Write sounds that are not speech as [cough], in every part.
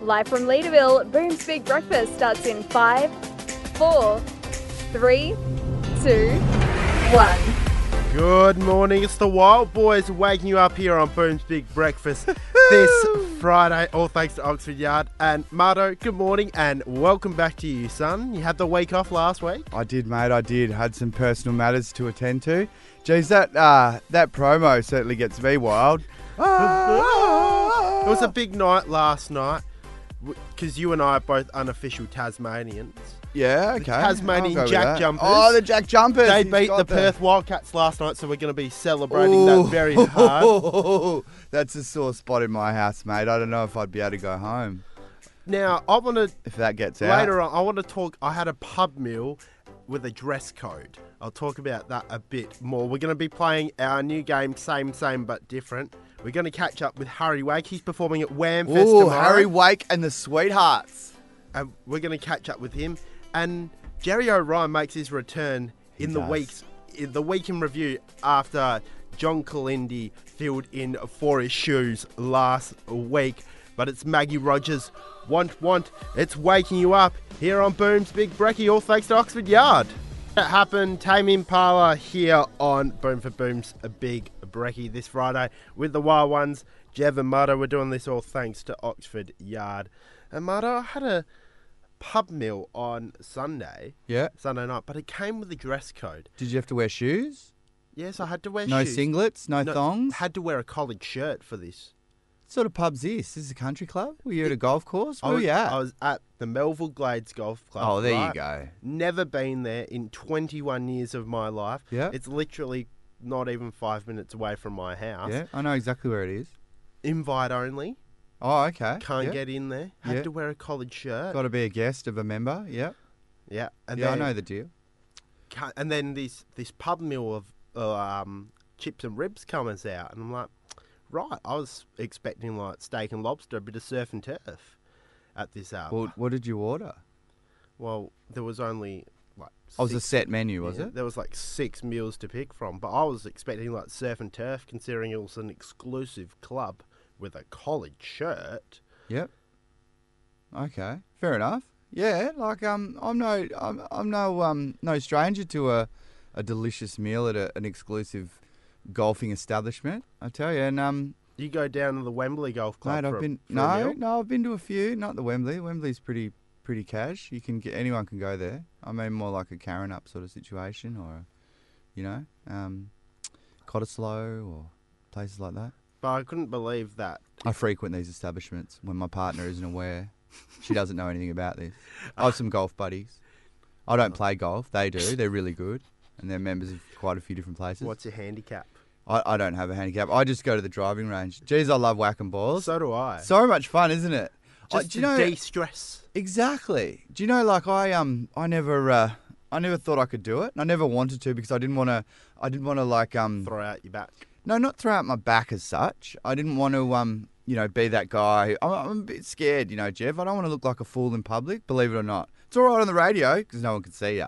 Live from Leaderville, Boom's Big Breakfast starts in five, four, three, two, one. Good morning. It's the Wild Boys waking you up here on Boom's Big Breakfast this Friday. All thanks to Oxford Yard and Mardo. Good morning and welcome back to you, son. You had the week off last week. I did, mate. I did. Had some personal matters to attend to. Geez, that uh, that promo certainly gets [laughs] me wild. Ah, It was Oh. a big night last night because you and I are both unofficial Tasmanians. yeah, okay. Tasmanian I'll go with Jack that. Jumpers. Oh, the Jack Jumpers. They He's beat got the them. Perth Wildcats last night, so we're going to be celebrating that [laughs] very hard. hard. That's a sore spot in my house, mate. I don't know if I'd be able to go home Now, I want to if that gets out. Later on, I want to talk. I had a pub meal with a dress code. I'll talk about that a bit more. We're going to be playing our new game, same, same, but different. We're going to catch up with Harry Wake. He's performing at Wham Fest Ooh, tomorrow. Harry Wake and the Sweethearts. and uh, we're going to catch up with him. And Jerry O'Ryan makes his return in the does. weeks, in the week in review after John Kalindi filled in for his shoes last week. But it's Maggie Rogers. Want, want. It's waking you up here on Boom's Big Brekkie, all thanks to Oxford Yard. That happened. Tame Impala here on Boom for Boom's a Big Brekkie this Friday with the Wild Ones, Jev and Marta. We're doing this all thanks to Oxford Yard. And Marta, I had a pub meal on Sunday, Yeah. Sunday night, but it came with a dress code. Did you have to wear shoes? Yes, I had to wear No shoes. singlets, no, No, thongs. Had to wear a collared shirt for this. What sort of pub's this? This is a country club? Were you at a golf course? I Where were was, you at? I was at the Melville Glades Golf Club. oh, there right? you go. Never been there in 21 years of my life. Yeah. It's literally not even five minutes away from my house. Yeah, I know exactly where it is. Invite only. Oh, okay. Can't yeah. get in there. Had Yeah. to wear a collared shirt. Got to be a guest of a member. Yeah. Yeah. And yeah, then, I know the deal. ca- And then this this pub meal of uh, um, chips and ribs comes out, and I'm like, right. I was expecting like steak and lobster, a bit of surf and turf, at this hour. Well, what did you order? well, there was only like. Oh, it was a six set menu, was Yeah, it? There was like six meals to pick from, but I was expecting like surf and turf, considering it was an exclusive club with a college shirt. Yep. Okay, fair enough. Yeah, like um, I'm no, I'm, I'm no um, no stranger to a, a delicious meal at a, an exclusive golfing establishment. I tell you, and um, You go down to the Wembley Golf Club. mate, for I've a- been for a no, meal? no, I've been to a few. Not the Wembley. Wembley's pretty pretty cash. You can get anyone can go there. I mean, more like a Karen up sort of situation, or, a, you know, um, Cottesloe or places like that. But I couldn't believe that. I frequent these establishments when my partner isn't aware. She doesn't know anything about this. I have some golf buddies. I don't play golf. They do. They're really good. And they're members of quite a few different places. What's your handicap? I, I don't have a handicap. I just go to the driving range. Geez, I love whacking balls. So, So do I. much fun, isn't it? I- Just do you know, to de-stress. Exactly. Do you know, like I um, I never, uh, I never thought I could do it. And I never wanted to because I didn't want to. I didn't want to like um. Throw out your back. No, not throw out my back as such. I didn't want to, um, you know, be that guy. I'm, I'm a bit scared, you know, Jeff. I don't want to look like a fool in public, believe it or not. It's all right on the radio because no one can see you.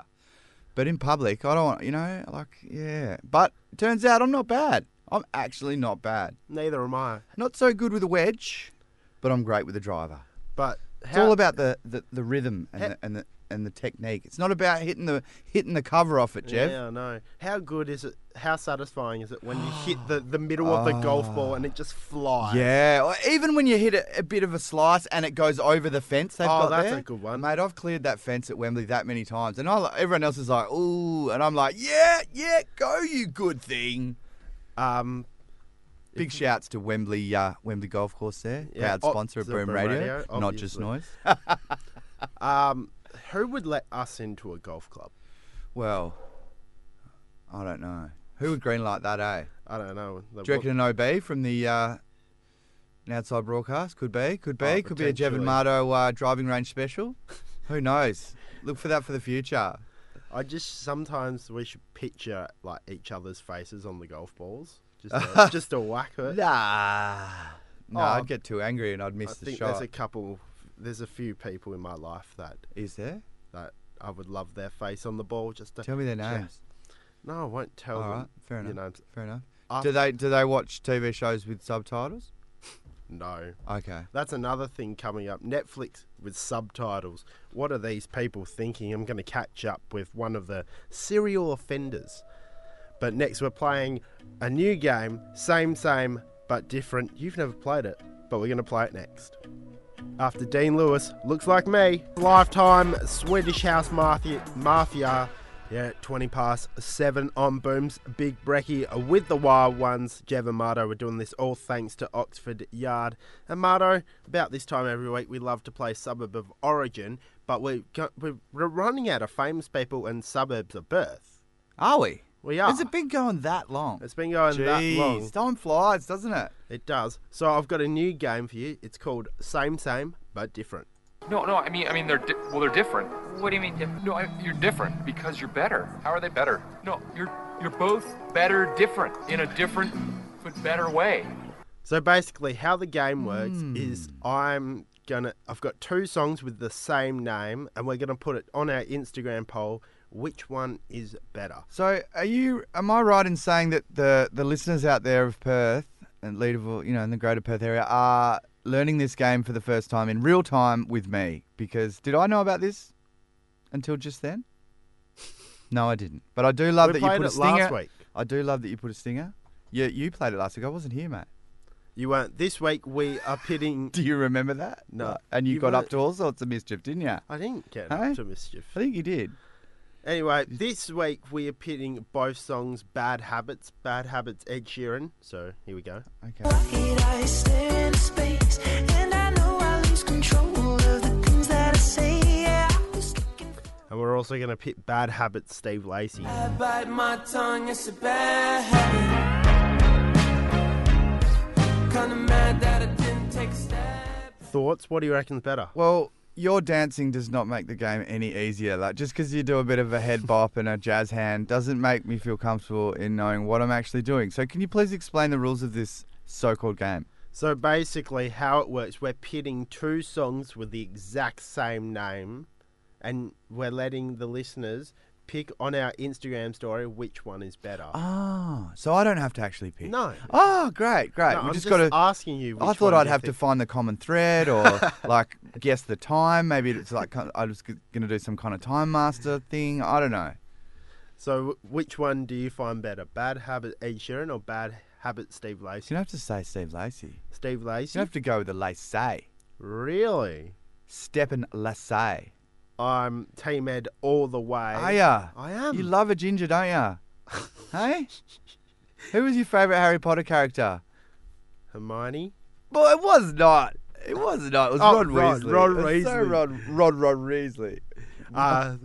But in public, I don't want, you know, like, yeah. But it turns out I'm not bad. I'm actually not bad. Neither am I. Not so good with a wedge, but I'm great with a driver. But It's how, all about the, the, the rhythm and, How- the, and the and the technique. It's not about hitting the hitting the cover off it, Jeff. Yeah, I know. How good is it? How satisfying is it when you hit the, the middle of the golf ball and it just flies? Ah. Yeah, or even when you hit a, a bit of a slice and it goes over the fence, they've Oh, got that's there. a good one. mate. I've cleared that fence at Wembley that many times, and I, li- everyone else is like, "Ooh," and I'm like, "Yeah, yeah, go you good thing." Um, Big shouts to Wembley, uh, Wembley Golf Course there, Yeah, proud oh, sponsor of it's a Boom, Boom Radio, Radio, not just obviously. noise. um, who would let us into a golf club? well, I don't know who would greenlight that, eh? I don't know. The- Do you reckon an OB from the uh, an outside broadcast could be, could be, Oh, could be a Jevon potentially. Mardo uh, driving range special? Who knows? Look for that for the future. I just sometimes we should picture like each other's faces on the golf balls, just [laughs] to, just to whack it. Nah, no, Oh, I'd get too angry and I'd I miss the think shot. there's a couple, there's a few people in my life that Is there? that I would love their face on the ball. Just to Tell me their check. names. No, I won't tell All them. right, fair you enough. know, fair enough. I- do they do they watch TV shows with subtitles? No. Okay. That's another thing coming up. Netflix with subtitles. What are these people thinking? I'm going to catch up with one of the serial offenders. But next, we're playing a new game, same, same, but different. You've never played it, but we're going to play it next. After Dean Lewis, looks like me, lifetime Swedish House Mafia. mafia. Yeah, 20 past 7 on Booms. Big Brecky with the Wild Ones. Jev and Mardo, we're doing this all thanks to Oxford Yard. And Mardo, about this time every week, we love to play Suburb of Origin, but we're, go- we're we're running out of famous people and suburbs of birth. Are we? We are. Has it been going that long? It's been going that long. Jeez, time flies, doesn't it? It does. So I've got a new game for you. It's called Same Same But Different. No, no. I mean, I mean, they're di- well, they're different. What do you mean different? No, I, you're different because you're better. How are they better? No, you're you're both better, different in a different but better way. So basically, how the game works is Hmm. I'm gonna I've got two songs with the same name, and we're gonna put it on our Instagram poll. Which one is better? So, are you? Am I right in saying that the the listeners out there of Perth and Leaderville, you know, in the Greater Perth area, are learning this game for the first time in real time with me? Because did I know about this until just then? No, I didn't. But I do love We that you played put a it last stinger. week. I do love that you put a stinger. Yeah, you played it last week. I wasn't here, mate. You weren't. This week we are pitting. Do you remember that? No. And you, You got were- up to all sorts of mischief, didn't you? I didn't get Hey? up to mischief. I think you did. Anyway, this week we are pitting both songs Bad Habits, Bad Habits Ed Sheeran. So here we go. Okay. Did I stare into space? And I know I lose control of the things that I say. Yeah, I was looking for And we're also going to pit Bad Habits Steve Lacey. I bite my tongue, it's a bad habit. Kinda mad that I didn't take a step. Thoughts? What do you reckon's better? Well, your dancing does not make the game any easier. Like just because you do a bit of a head bop and a jazz hand doesn't make me feel comfortable in knowing what I'm actually doing. So can you please explain the rules of this so-called game? So basically, how it works, we're pitting two songs with the exact same name, and we're letting the listeners pick on our Instagram story which one is better. Ah, so I don't have to actually pick. No. Oh, great, great. No, we I'm just just got to. asking you. I which one thought I'd you have to think. find the common thread or [laughs] like guess the time. Maybe it's like kind of- I was going to do some kind of time master thing. I don't know. So, wh- which one do you find better, Bad Habit Ed Sheeran or Bad Habit Steve You Lacey? don't have to say Steve Lacey. Steve You Lacey. don't have to go with the Lacey. Really? Stepan Lacey. I'm Team Ed all the way. Are ya? I am. You love a ginger, [laughs] don't ya? hey? Who was your favourite Harry Potter character? Hermione. Well, it was not. It was not. It was Oh, Rod Rod- Weasley. Rod It was So Weasley. Rod, Rod, Rod Weasley. Uh,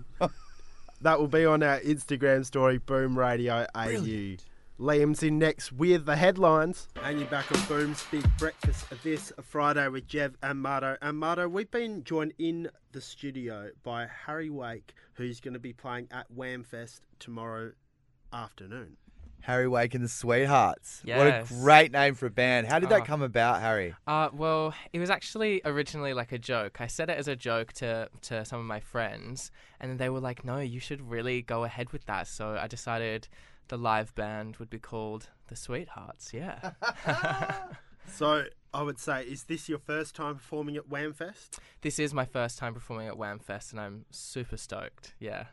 that will be on our Instagram story, Boom Radio AU. Liam's in next with the headlines. And you're back on Boom's Big Breakfast this Friday with Jev and Mardo. And Mardo, we've been joined in the studio by Harry Wake, who's going to be playing at Whamfest tomorrow afternoon. Harry Wake and the Sweethearts. What a Yes. great name for a band. How did that Oh. come about, Harry? Uh, well, it was actually originally like a joke. I said it as a joke to to some of my friends, and then they were like, "No, you should really go ahead with that." So I decided the live band would be called the Sweethearts. Yeah. So I would say, is this your first time performing at Whamfest? this is my first time performing at Whamfest, and I'm super stoked. Yeah.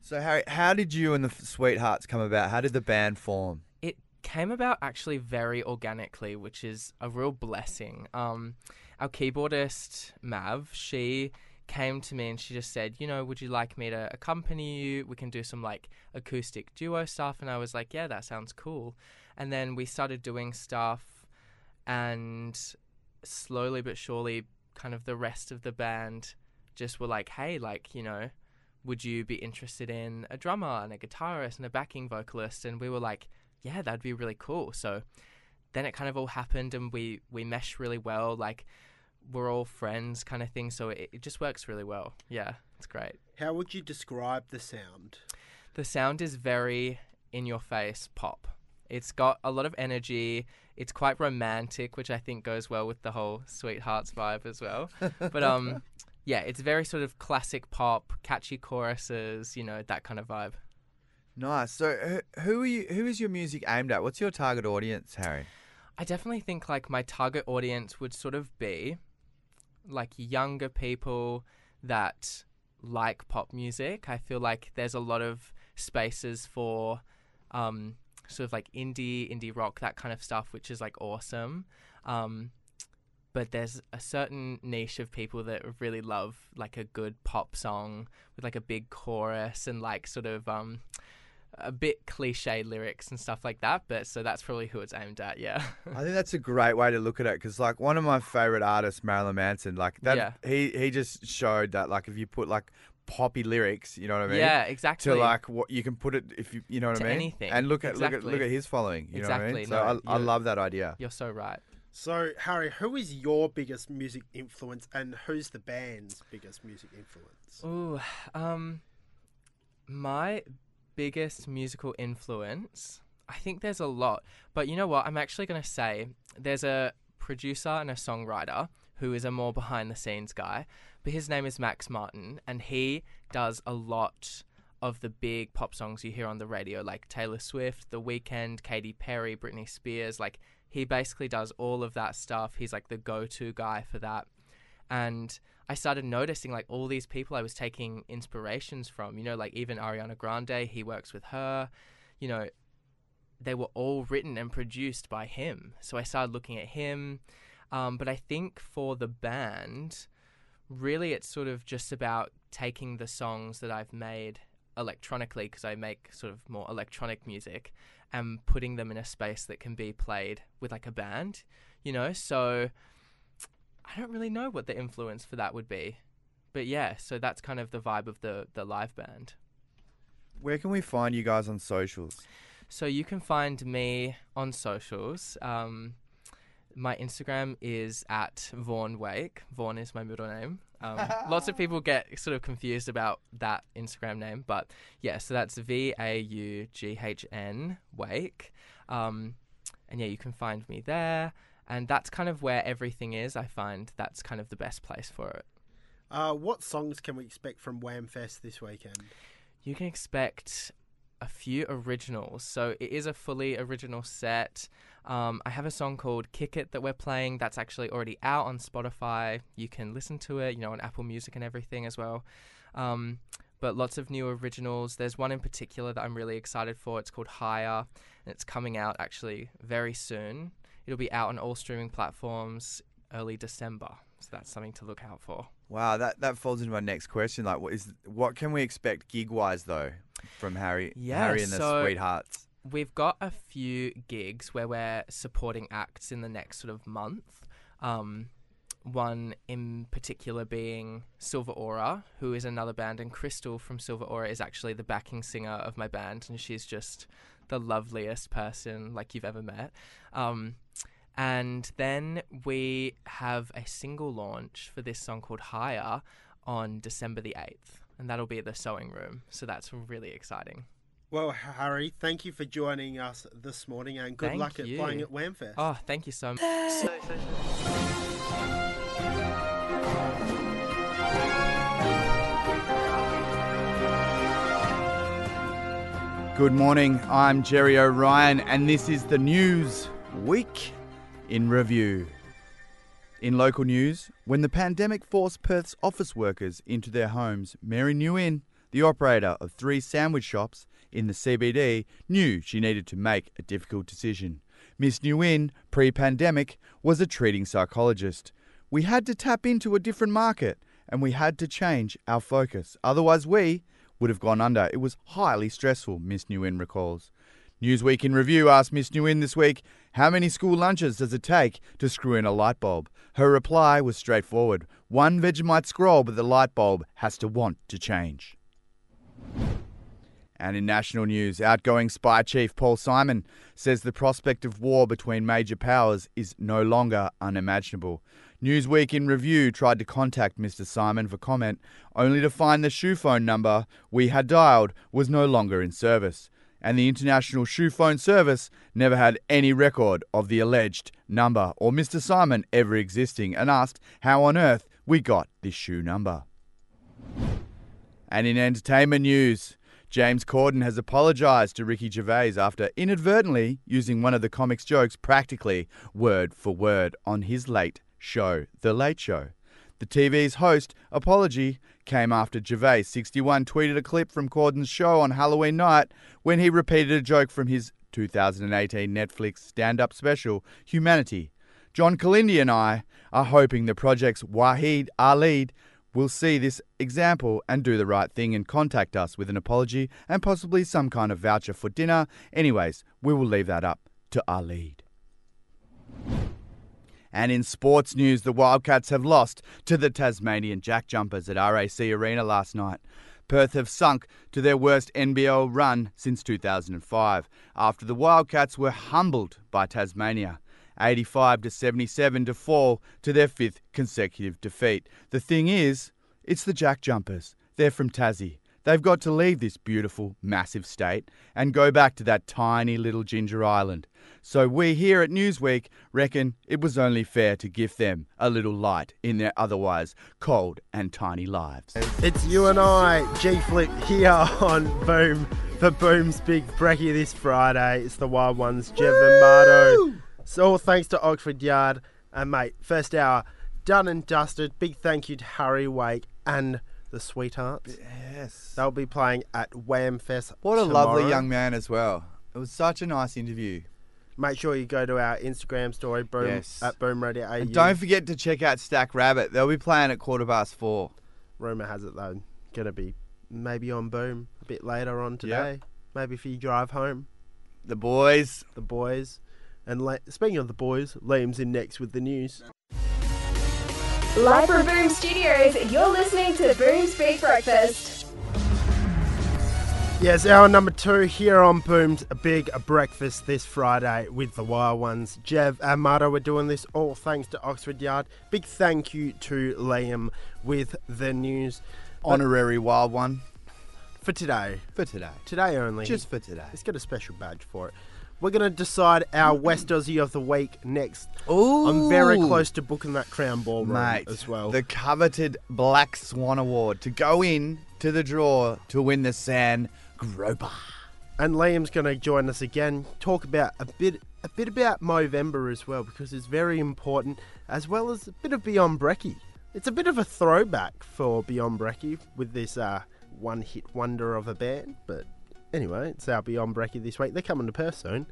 So, Harry, how did you and the Sweethearts come about? How did the band form? it came about actually very organically, which is a real blessing. Um, our keyboardist Mav, she came to me and she just said, you know, would you like me to accompany you? We can do some like acoustic duo stuff, and I was like, yeah, that sounds cool. And then we started doing stuff, and slowly but surely, kind of the rest of the band just were like, hey, like you know. Would you be interested in a drummer and a guitarist and a backing vocalist? And we were like, yeah, that'd be really cool. So then it kind of all happened and we we mesh really well, like we're all friends kind of thing. So it, it just works really well. Yeah, it's great. How would you describe the sound? The sound is very in your face pop. It's got a lot of energy. It's quite romantic, which I think goes well with the whole sweethearts vibe as well. But um yeah, it's very sort of classic pop, catchy choruses, you know, that kind of vibe. Nice. So, who, who are you? Who is your music aimed at? What's your target audience, Harry? I definitely think like my target audience would sort of be like younger people that like pop music. I feel like there's a lot of spaces for um, sort of like indie, indie rock, that kind of stuff, which is like awesome. Um, but there's a certain niche of people that really love like a good pop song with like a big chorus and like sort of um, a bit cliche lyrics and stuff like that. But so that's probably who it's aimed at. Yeah. [laughs] I think that's a great way to look at it because, like, one of my favorite artists, Marilyn Manson, like that, Yeah. he he just showed that, like, if you put like poppy lyrics, you know what I mean? yeah, exactly. To like what you can put it if you you know what To I mean? anything. And look at look at look Exactly. at his following. You Exactly, know what I mean? no, So I, I you- love that idea. You're so right. So, Harry, who is your biggest music influence and who's the band's biggest music influence? Ooh, um, my biggest musical influence. I think there's a lot, but you know what? I'm actually gonna say there's a producer and a songwriter who is a more behind the scenes guy, but his name is Max Martin, and he does a lot of the big pop songs you hear on the radio, like Taylor Swift, The Weeknd, Katy Perry, Britney Spears. Like he basically does all of that stuff. He's like the go-to guy for that and I started noticing like all these people I was taking inspirations from, you know, like even Ariana Grande, he works with her, you know, they were all written and produced by him. So I started looking at him. Um, but I think for the band, really it's sort of just about taking the songs that I've made electronically, because I make sort of more electronic music, and putting them in a space that can be played with like a band, you know? So. I don't really know what the influence for that would be. But yeah, so that's kind of the vibe of the the live band. Where can we find you guys on socials? So you can find me on socials. Um, my Instagram is at Vaughn Wake. Vaughn is my middle name. Um, lots of people get sort of confused about that Instagram name, but yeah, so that's V A U G H N Wake. Um, and yeah, you can find me there. And that's kind of where everything is. I find that's kind of the best place for it. Uh, what songs can we expect from Wham Fest this weekend? you can expect a few originals. So it is a fully original set. Um, I have a song called Kick It that we're playing that's actually already out on Spotify. You can listen to it, you know, on Apple Music and everything as well. Um, but lots of new originals. There's one in particular that I'm really excited for. It's called Higher, and it's coming out actually very soon. It'll be out on all streaming platforms early December. So that's something to look out for. Wow, that, that folds into my next question. Like, what is what can we expect gig wise though from Harry? Yeah, Harry and the so- Sweethearts. we've got a few gigs where we're supporting acts in the next sort of month. Um, one in particular being Silver Aura, who is another band, and Crystal from Silver Aura is actually the backing singer of my band, and she's just the loveliest person like you've ever met. Um, and then we have a single launch for this song called Higher on December the 8th, and that'll be at the Sewing Room. So that's really exciting. Well, Harry, thank you for joining us this morning and good Thank luck at you. playing at Wham Fest. Oh, thank you so much. Good morning. I'm Jerry O'Ryan, and this is the news week in review. In local news, when the pandemic forced Perth's office workers into their homes, Mary Newin, the operator of three sandwich shops in the CBD, knew she needed to make a difficult decision. Miss Newin, pre pandemic, was a treating psychologist. We had to tap into a different market and we had to change our focus. Otherwise, we would have gone under. It was highly stressful, Miss Newin recalls. Newsweek in Review asked Miss Nguyen this week, How many school lunches does it take to screw in a light bulb? Her reply was straightforward one Vegemite scroll, but the light bulb has to want to change. And in national news, outgoing spy chief Paul Simon says the prospect of war between major powers is no longer unimaginable. Newsweek in review tried to contact Mr. Simon for comment, only to find the shoe phone number we had dialed was no longer in service. And the International Shoe Phone Service never had any record of the alleged number or Mr. Simon ever existing and asked how on earth we got this shoe number. And in entertainment news, James Corden has apologised to Ricky Gervais after inadvertently using one of the comic's jokes practically word for word on his late show, The Late Show. The TV's host apology came after Gervais 61 tweeted a clip from Corden's show on Halloween night when he repeated a joke from his 2018 Netflix stand-up special Humanity. John Kalindi and I are hoping the project's Wahid Alid will see this example and do the right thing and contact us with an apology and possibly some kind of voucher for dinner. Anyways, we will leave that up to Alid. And in sports news, the Wildcats have lost to the Tasmanian Jack Jumpers at RAC Arena last night. Perth have sunk to their worst NBL run since 2005 after the Wildcats were humbled by Tasmania. 85 to 77 to fall to their fifth consecutive defeat. The thing is, it's the Jack Jumpers. They're from Tassie. They've got to leave this beautiful, massive state and go back to that tiny little ginger island. So we here at Newsweek reckon it was only fair to give them a little light in their otherwise cold and tiny lives. It's you and I, G Flip, here on Boom for Boom's Big Brekkie this Friday. It's the Wild Ones, Jev and Mardo. So all thanks to Oxford Yard. And mate, first hour done and dusted. Big thank you to Harry Wake and the Sweethearts. Yes. They'll be playing at Whamfest. What a lovely tomorrow. young man as well. It was such a nice interview. Make sure you go to our Instagram story, Boom Yes. at Boom Radio AU. And don't forget to check out Stack Rabbit. They'll be playing at quarter past four. Rumor has it though, gonna be maybe on Boom a bit later on today. Maybe if you drive home, The boys. the boys. And la- speaking of the boys, Liam's in next with the news. Live from Boom Studios, you're listening to Boom's Big Breakfast. Yes, hour number two here on Boom's Big Breakfast this Friday with the Wild Ones. Jev and Marta, we're doing this all thanks to Oxford Yard. Big thank you to Liam with the news. But Honorary wild one for today, for today. today only. Just for today. Let's get a special badge for it. We're going to decide our West Aussie of the Week next. I'm very Ooh. close to booking that Crown Ball room Mate, as well. the coveted Black Swan Award to go in to the draw to win the San Groper. And Liam's going to join us again, talk about a bit a bit about Movember as well because it's very important, as well as a bit of Beyond Brekkie. It's a bit of a throwback for Beyond Brekkie with this uh, one-hit wonder of a band. But anyway, it's our Beyond Brekkie this week. They're coming to Perth soon.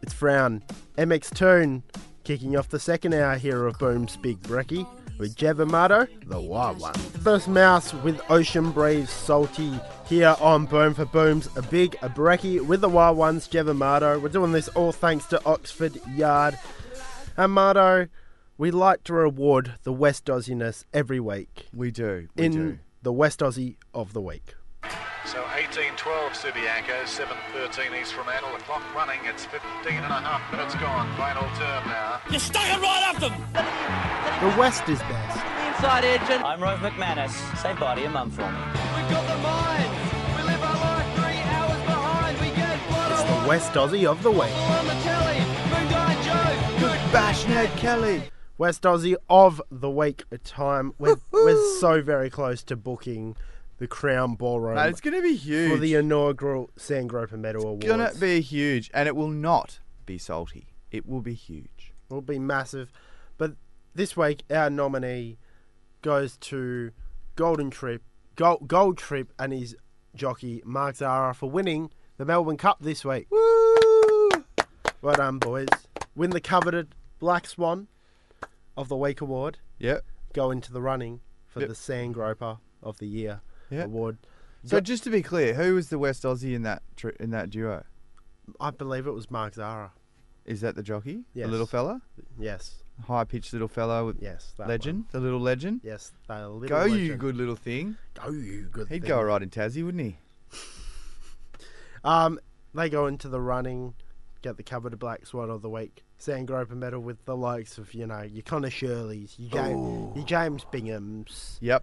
It's Frown, MX Tune, kicking off the second hour here of Boom's Big Brekkie with Javamato, the wild one. First Mouse with Ocean Breeze Salty here on Boom for Boom's a Big Brekkie with the wild ones, Javamato. We're doing this all thanks to Oxford Yard. And Marto, we like to reward the West Aussiness every week We do. We in do. the West Aussie of the Week. So 18-12 Subiaco, 7-13 East from Adel. The clock running. It's 15 and a half minutes gone. Final turn now. The West is best. Inside Edge and I'm Rove McManus. Say bye to your mum for me. We got the mind. We live our life three hours behind. We get blood It's the West Aussie of the Week. on the telly. Moon Eye Joe. Good Bash Ned Kelly. West Aussie of the week time. We're, we're so very close to booking the Crown Ballroom Mate, it's going to be huge. Um, for the inaugural Sangroper Medal Award. It's gonna be huge, and it will not be salty. It will be huge. will be massive. But this week, our nominee goes to Golden Trip, Gold, Gold Trip, and his jockey Mark Zara for winning the Melbourne Cup this week. Woo! Well done, boys! Win the coveted Black Swan of the Week award. Yep. Go into the running for Yep. the Sangroper of the Year Yep. award. So just to be clear, who was the West Aussie in that tr- in that duo? I believe it was Mark Zara. Is that the jockey, Yes. the little fella, Yes, high pitched little fella with yes, that legend, one. the little legend? Yes, the little Go you legend. good little thing. Go you good. He'd thing. go right in Tassie, wouldn't he? Um, they go into the running, get the cover to Black Swan of the week. Sangroper medal with the likes of you know your Connor Shirley's, your James, your James Bingham's, [sighs] Yep.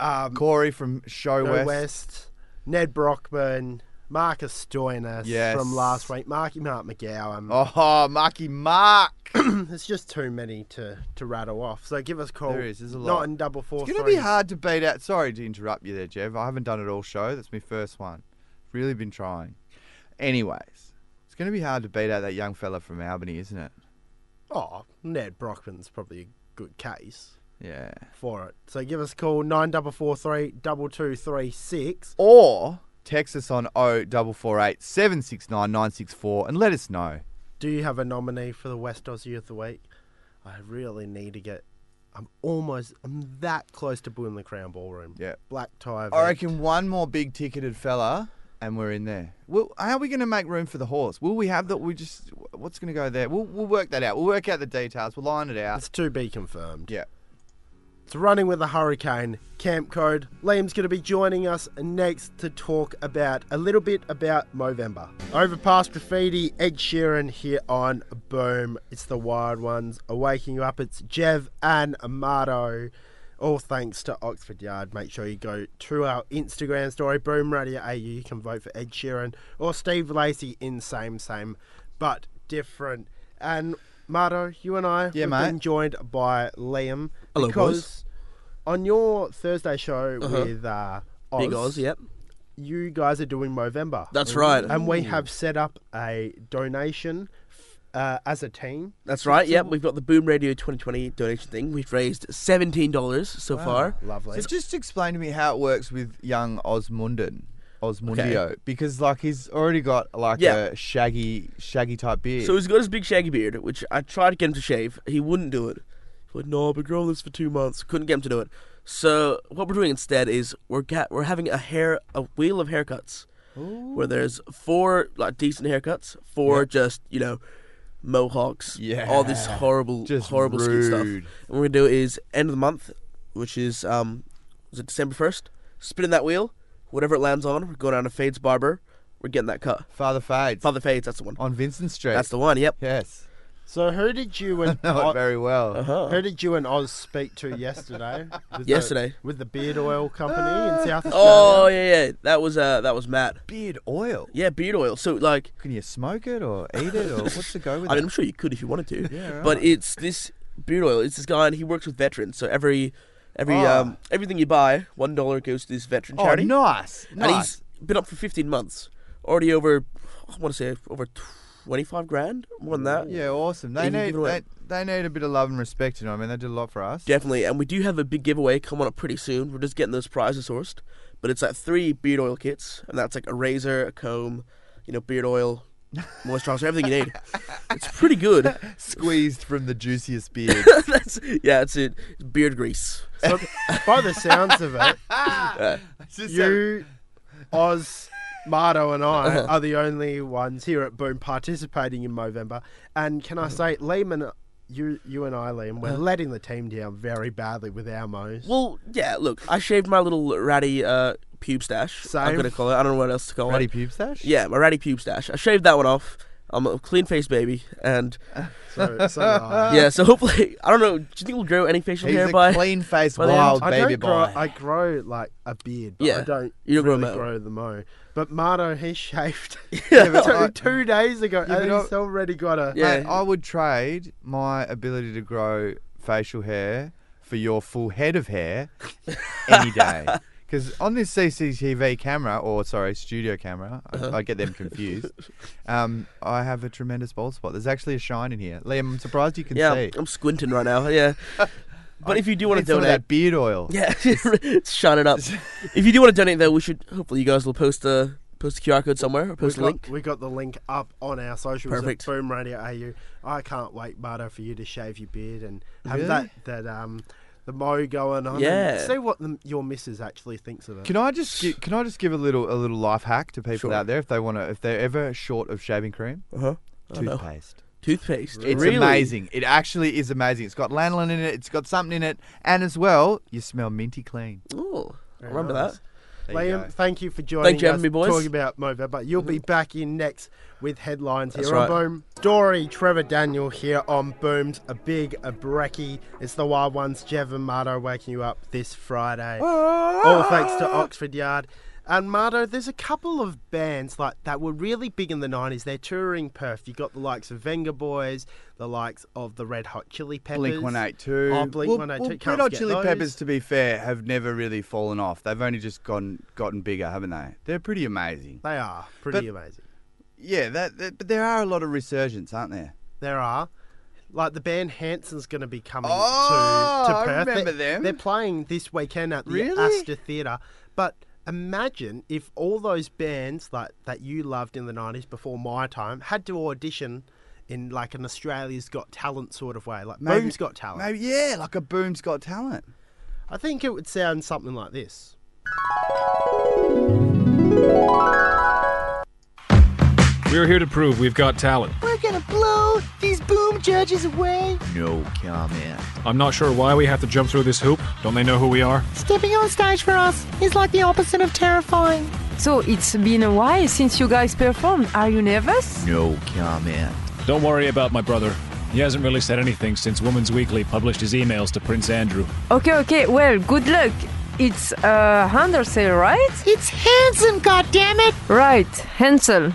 um, Corey from Um, Show Joe West. West. Ned Brockman, Marcus Stoinis Yes. from last week. Marky Mark McGowan. Oh, Marky [coughs] Mark. There's just too many to, to rattle off. So give us a call. There is, there's a Not lot. in double four. It's going to be hard to beat out. Sorry to interrupt you there, Jeff. I haven't done it all show. That's my first one. Really been trying. Anyways, it's going to be hard to beat out that young fella from Albany, isn't it? Oh, Ned Brockman's probably a good case Yeah. for it. So give us a call nine double four three double two three six. Or text us on 0448 769 964 and let us know. Do you have a nominee for the West Aussie of the week? I really need to get. I'm almost. I'm that close to booing the Crown Ballroom. Yeah. Black tie. I event. reckon one more big ticketed fella and we're in there. Well, how are we going to make room for the horse? Will we have that? We just, what's going to go there? We'll, we'll work that out. We'll work out the details. We'll line it out. It's to be confirmed. Yeah. It's running with a hurricane. Camp Code. Liam's going to be joining us next to talk about a little bit about Movember. Overpass graffiti. Ed Sheeran here on Boom. It's the Wired Ones. Waking you up. It's Jev and Amato. All thanks to Oxford Yard. Make sure you go to our Instagram story, Boom Radio AU. You can vote for Ed Sheeran or Steve Lacey in Same Same But Different. And Marto, you and I Yeah, have mate. been joined by Liam. Hello, boys. Uh-huh. because On your Thursday show with uh, Oz, Big Oz, yep. you guys are doing Movember. That's right. and we have set up a donation f- uh, as a team. That's right. Yep, we've got the Boom Radio 2020 donation thing. We've raised seventeen dollars so far. Lovely. So just explain to me how it works with young Osmundan, Osmundio, because like he's already got like Yeah. a shaggy, shaggy type beard. So he's got his big shaggy beard, which I tried to get him to shave. He wouldn't do it. He's like, no, I've been growing this for two months. Couldn't get him to do it. So what we're doing instead is we're ga- we're having a hair a wheel of haircuts, where there's four like decent haircuts, four just you know mohawks, Yeah. all this horrible Just horrible skin stuff. rude. And what we're gonna do is end of the month, which is um was it December first? Spinning that wheel, whatever it lands on, we're going down to Fade's barber. We're getting that cut. Father Fades Father Fades, that's the one. on Vincent Street. That's the one. Yep. yes, So who did you [laughs] and know it Oz, very well. Uh-huh. who did you and Oz speak to [laughs] yesterday? With the- Yesterday. with the beard oil company in [laughs] South Australia. Oh yeah, yeah. That was uh, that was Matt. Beard oil. Yeah, beard oil. So like, Can you smoke it or eat it or what's the go with I mean, it? I'm sure you could if you wanted to. Yeah, But it's this beard oil. It's this guy, and he works with veterans. So every, every Ah. um, everything you buy, one dollar goes to this veteran Oh, charity. nice, And nice. he's been up for 15 months, already over, I want to say over 25 grand, more than that. Uh, Yeah, awesome. They He can need give it away. they, they need a bit of love and respect. You know, what I mean, they did a lot for us. Definitely, and we do have a big giveaway coming up pretty soon. We're just getting those prizes sourced, but it's like three beard oil kits, and that's like a razor, a comb, you know, beard [laughs] oil, moisturizer, everything you need. It's pretty good. [laughs] Squeezed from the juiciest beard. that's yeah, it's it. Beard grease. So by the sounds of it, Just you, Oz, Mardo, and I Uh-huh. are the only ones here at Boom participating in Movember. And can Uh-huh. I say, Lehman, you, you and I, Liam, we're letting the team down very badly with our mows. Well, yeah. Look, I shaved my little ratty uh, pube stash. Same. I'm gonna call it. I don't know what else to call have- ratty it. pube stash. [laughs] Yeah, my ratty pube stash. I shaved that one off. I'm a clean face baby, and So, so did [laughs] I. yeah. So hopefully, I don't know. Do you think we'll grow any facial Uh, He's hair a by? clean faced by the end? wild I baby don't grow, boy. I grow like a beard, but I Yeah, don't, you don't grow a really mow. grow the mow. But Mardo, he [laughs] [laughs] shaved but two, I- two days ago, Yeah, and but he's I- already got a. [laughs] Yeah. Mate, I would trade my ability to grow facial hair for your full head of [laughs] hair any day. Because on this CCTV camera, or sorry, studio camera, Uh-huh. I, I get them confused. um, I have a tremendous bald spot. There's actually a shine in here, Liam. I'm surprised you can Yeah, see. I'm, I'm squinting right [laughs] now. Yeah, but if you do want to Need some of donate, [laughs] that beard oil. yeah, [laughs] shine it up. if you do want to donate, though, we should hopefully you guys will post a post a QR code somewhere or We post a got, link. we got the link up on our socials Perfect. at Boom Radio AU. I can't wait, Marta, for you to shave your beard and have Really? that that um the mo going on. and Yeah. see what the, your missus actually thinks of it. Can I just [sighs] gi- can I just give a little a little life hack to people Sure. out there if they want to if they're ever short of shaving cream, Uh-huh. Oh, I know. toothpaste. Toothpaste. It's Really? amazing. It actually is amazing. It's got lanolin in it. It's got something in it, and as well, you smell minty clean. Ooh, I remember nice. that. There you Liam, go. thank you for joining Thank you for us. having me, boys. Talking Mm-hmm. about Movember. You'll be back in next with headlines That's here on right. Boom. Story Trevor Daniel here on Boom's A Big A Brekkie. It's the Wild Ah. Ones, Jev and Marto waking you up this Friday. All thanks to Oxford Yard. And Mardo, there's a couple of bands like that were really big in the '90s. They're touring Perth. You got the likes of Venga Boys, the likes of the Red Hot Chili Peppers, Blink 182. Oh, Blink 182. well, well, Can't Red Hot forget Chili those. Peppers, to be fair, have never really fallen off. They've only just gone gotten bigger, haven't they? They're pretty amazing. They are pretty But- amazing. Yeah, that, that, but there are a lot of resurgence, aren't there? There are. Like the band Hanson's going to be coming Oh, to, to I Perth. remember They- them. They're playing this weekend at the Really? Astor Theatre. But imagine if all those bands like that you loved in the 90s before my time had to audition in like an Australia's Got Talent sort of way, like Maybe- Boom's Got Talent. Maybe, yeah, like a Boom's Got Talent. I think it would sound something like this. We're here to prove we've got talent. We're gonna blow these boom judges away. No comment. I'm not sure why we have to jump through this hoop. Don't they know who we are? Stepping on stage for us is like the opposite of terrifying. So it's been a while since you guys performed. Are you nervous? No comment. Don't worry about my brother. He hasn't really said anything since Woman's Weekly published his emails to Prince Andrew. Okay, okay. Well, good luck. It's uh, Hansel, right? It's Hansel, goddammit! Right, Hansel.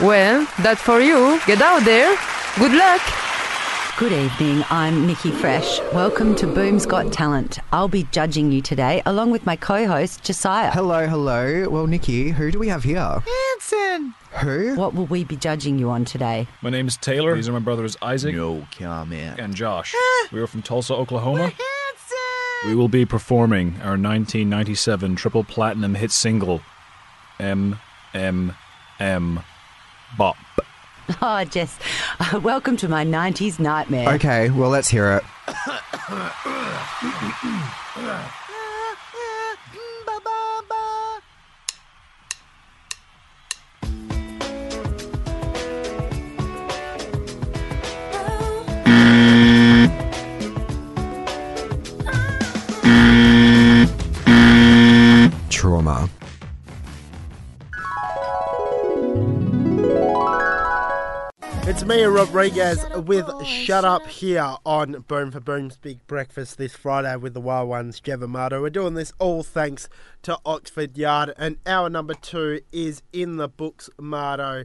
Well, that for you. Get out there. Good luck. Good evening, I'm Nikki Fresh. Welcome to Boom's Got Talent. I'll be judging you today along with my co host, Josiah. Hello, hello. Well, Nikki, who do we have here? Hanson! Who? What will we be judging you on today? My name's Taylor. These are my brothers Isaac. No Oh, comment. And Josh. we are from Tulsa, Oklahoma. We will be performing our 1997 triple platinum hit single, M M M Bop. Oh, Jess, [laughs] welcome to my 90s nightmare. Okay, well, let's hear it. Trauma. It's me, Rodriguez, with Shut Up here on Boom for Boom's Big Breakfast this Friday with the Wild Ones, Jevamato. We're doing this all thanks to Oxford Yard, and our number two is in the books, Mardo.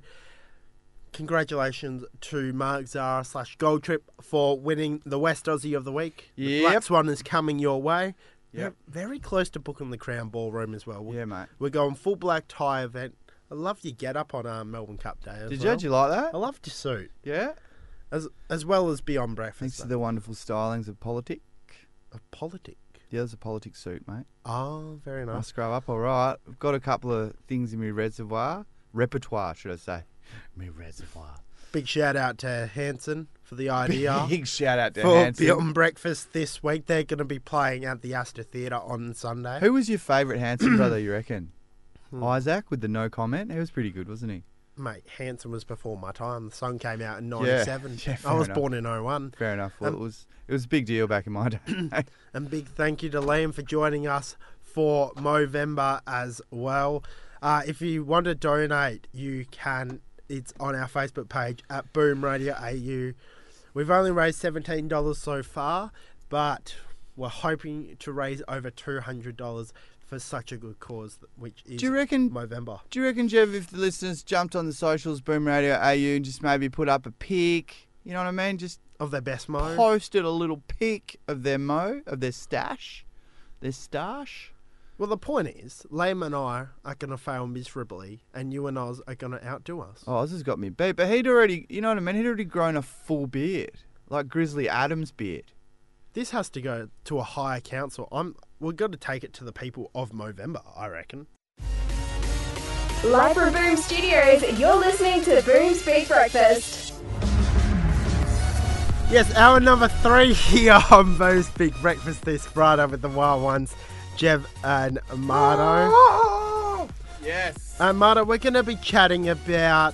Congratulations to Mark Zara slash Gold Trip for winning the West Aussie of the Week. The Black Swan is coming your way. Yep. We're Very close to booking the Crown Ballroom as well. Yeah, mate. We're going full black tie event. I love your get up on um, Melbourne Cup Day. As Did you? well. Did you like that? I loved your suit. Yeah. As as well as beyond breakfast. Thanks to the wonderful stylings of Politic. Of Politic? Yeah, there's a Politic suit, mate. Oh, very I nice. scrub up all right. I've got a couple of things in my reservoir. Repertoire, should I say. My reservoir. Big shout out to Hanson for the idea. [laughs] Big shout out to for Hanson. Beyond Breakfast this week. They're going to be playing at the Astor Theatre on Sunday. Who was your favourite [clears throat] handsome brother, you reckon? Isaac with the no comment. He was pretty good, wasn't he? Mate, Hanson was before my time. The song came out in 97. Yeah, I fair was enough. born in 01. Fair enough. Well, Um, it was it was a big deal back in my [laughs] day. [clears throat] and big thank you to Liam for joining us for Movember as well. Uh, if you want to donate, you can. It's on our Facebook page at Boom Radio AU. We've only raised seventeen dollars so far, but we're hoping to raise over two hundred dollars for such a good cause, which is Do you reckon Movember. Do you reckon, Jeff, if the listeners jumped on the socials, Boom Radio AU, and just maybe put up a pic, you know what I mean? Just of their best mo, posted a little pic of their mo, of their stash, their stash. Well, the point is, Liam and I are going to fail miserably, and you and Oz are going to outdo us. Oh, this has got me beat. But he'd already, you know what I mean? He'd already grown a full beard, like Grizzly Adams' beard. This has to go to a higher council. I'm. We've got to take it to the people of Movember, I reckon. Live from Boom Studios, you're listening to Boom's Big Breakfast. Yes, hour number three [laughs] here on Bo's Big Breakfast this Friday with the Wild Ones, Jev and [gasps] Mardo. Yes. And Mardo, we're going to be chatting about.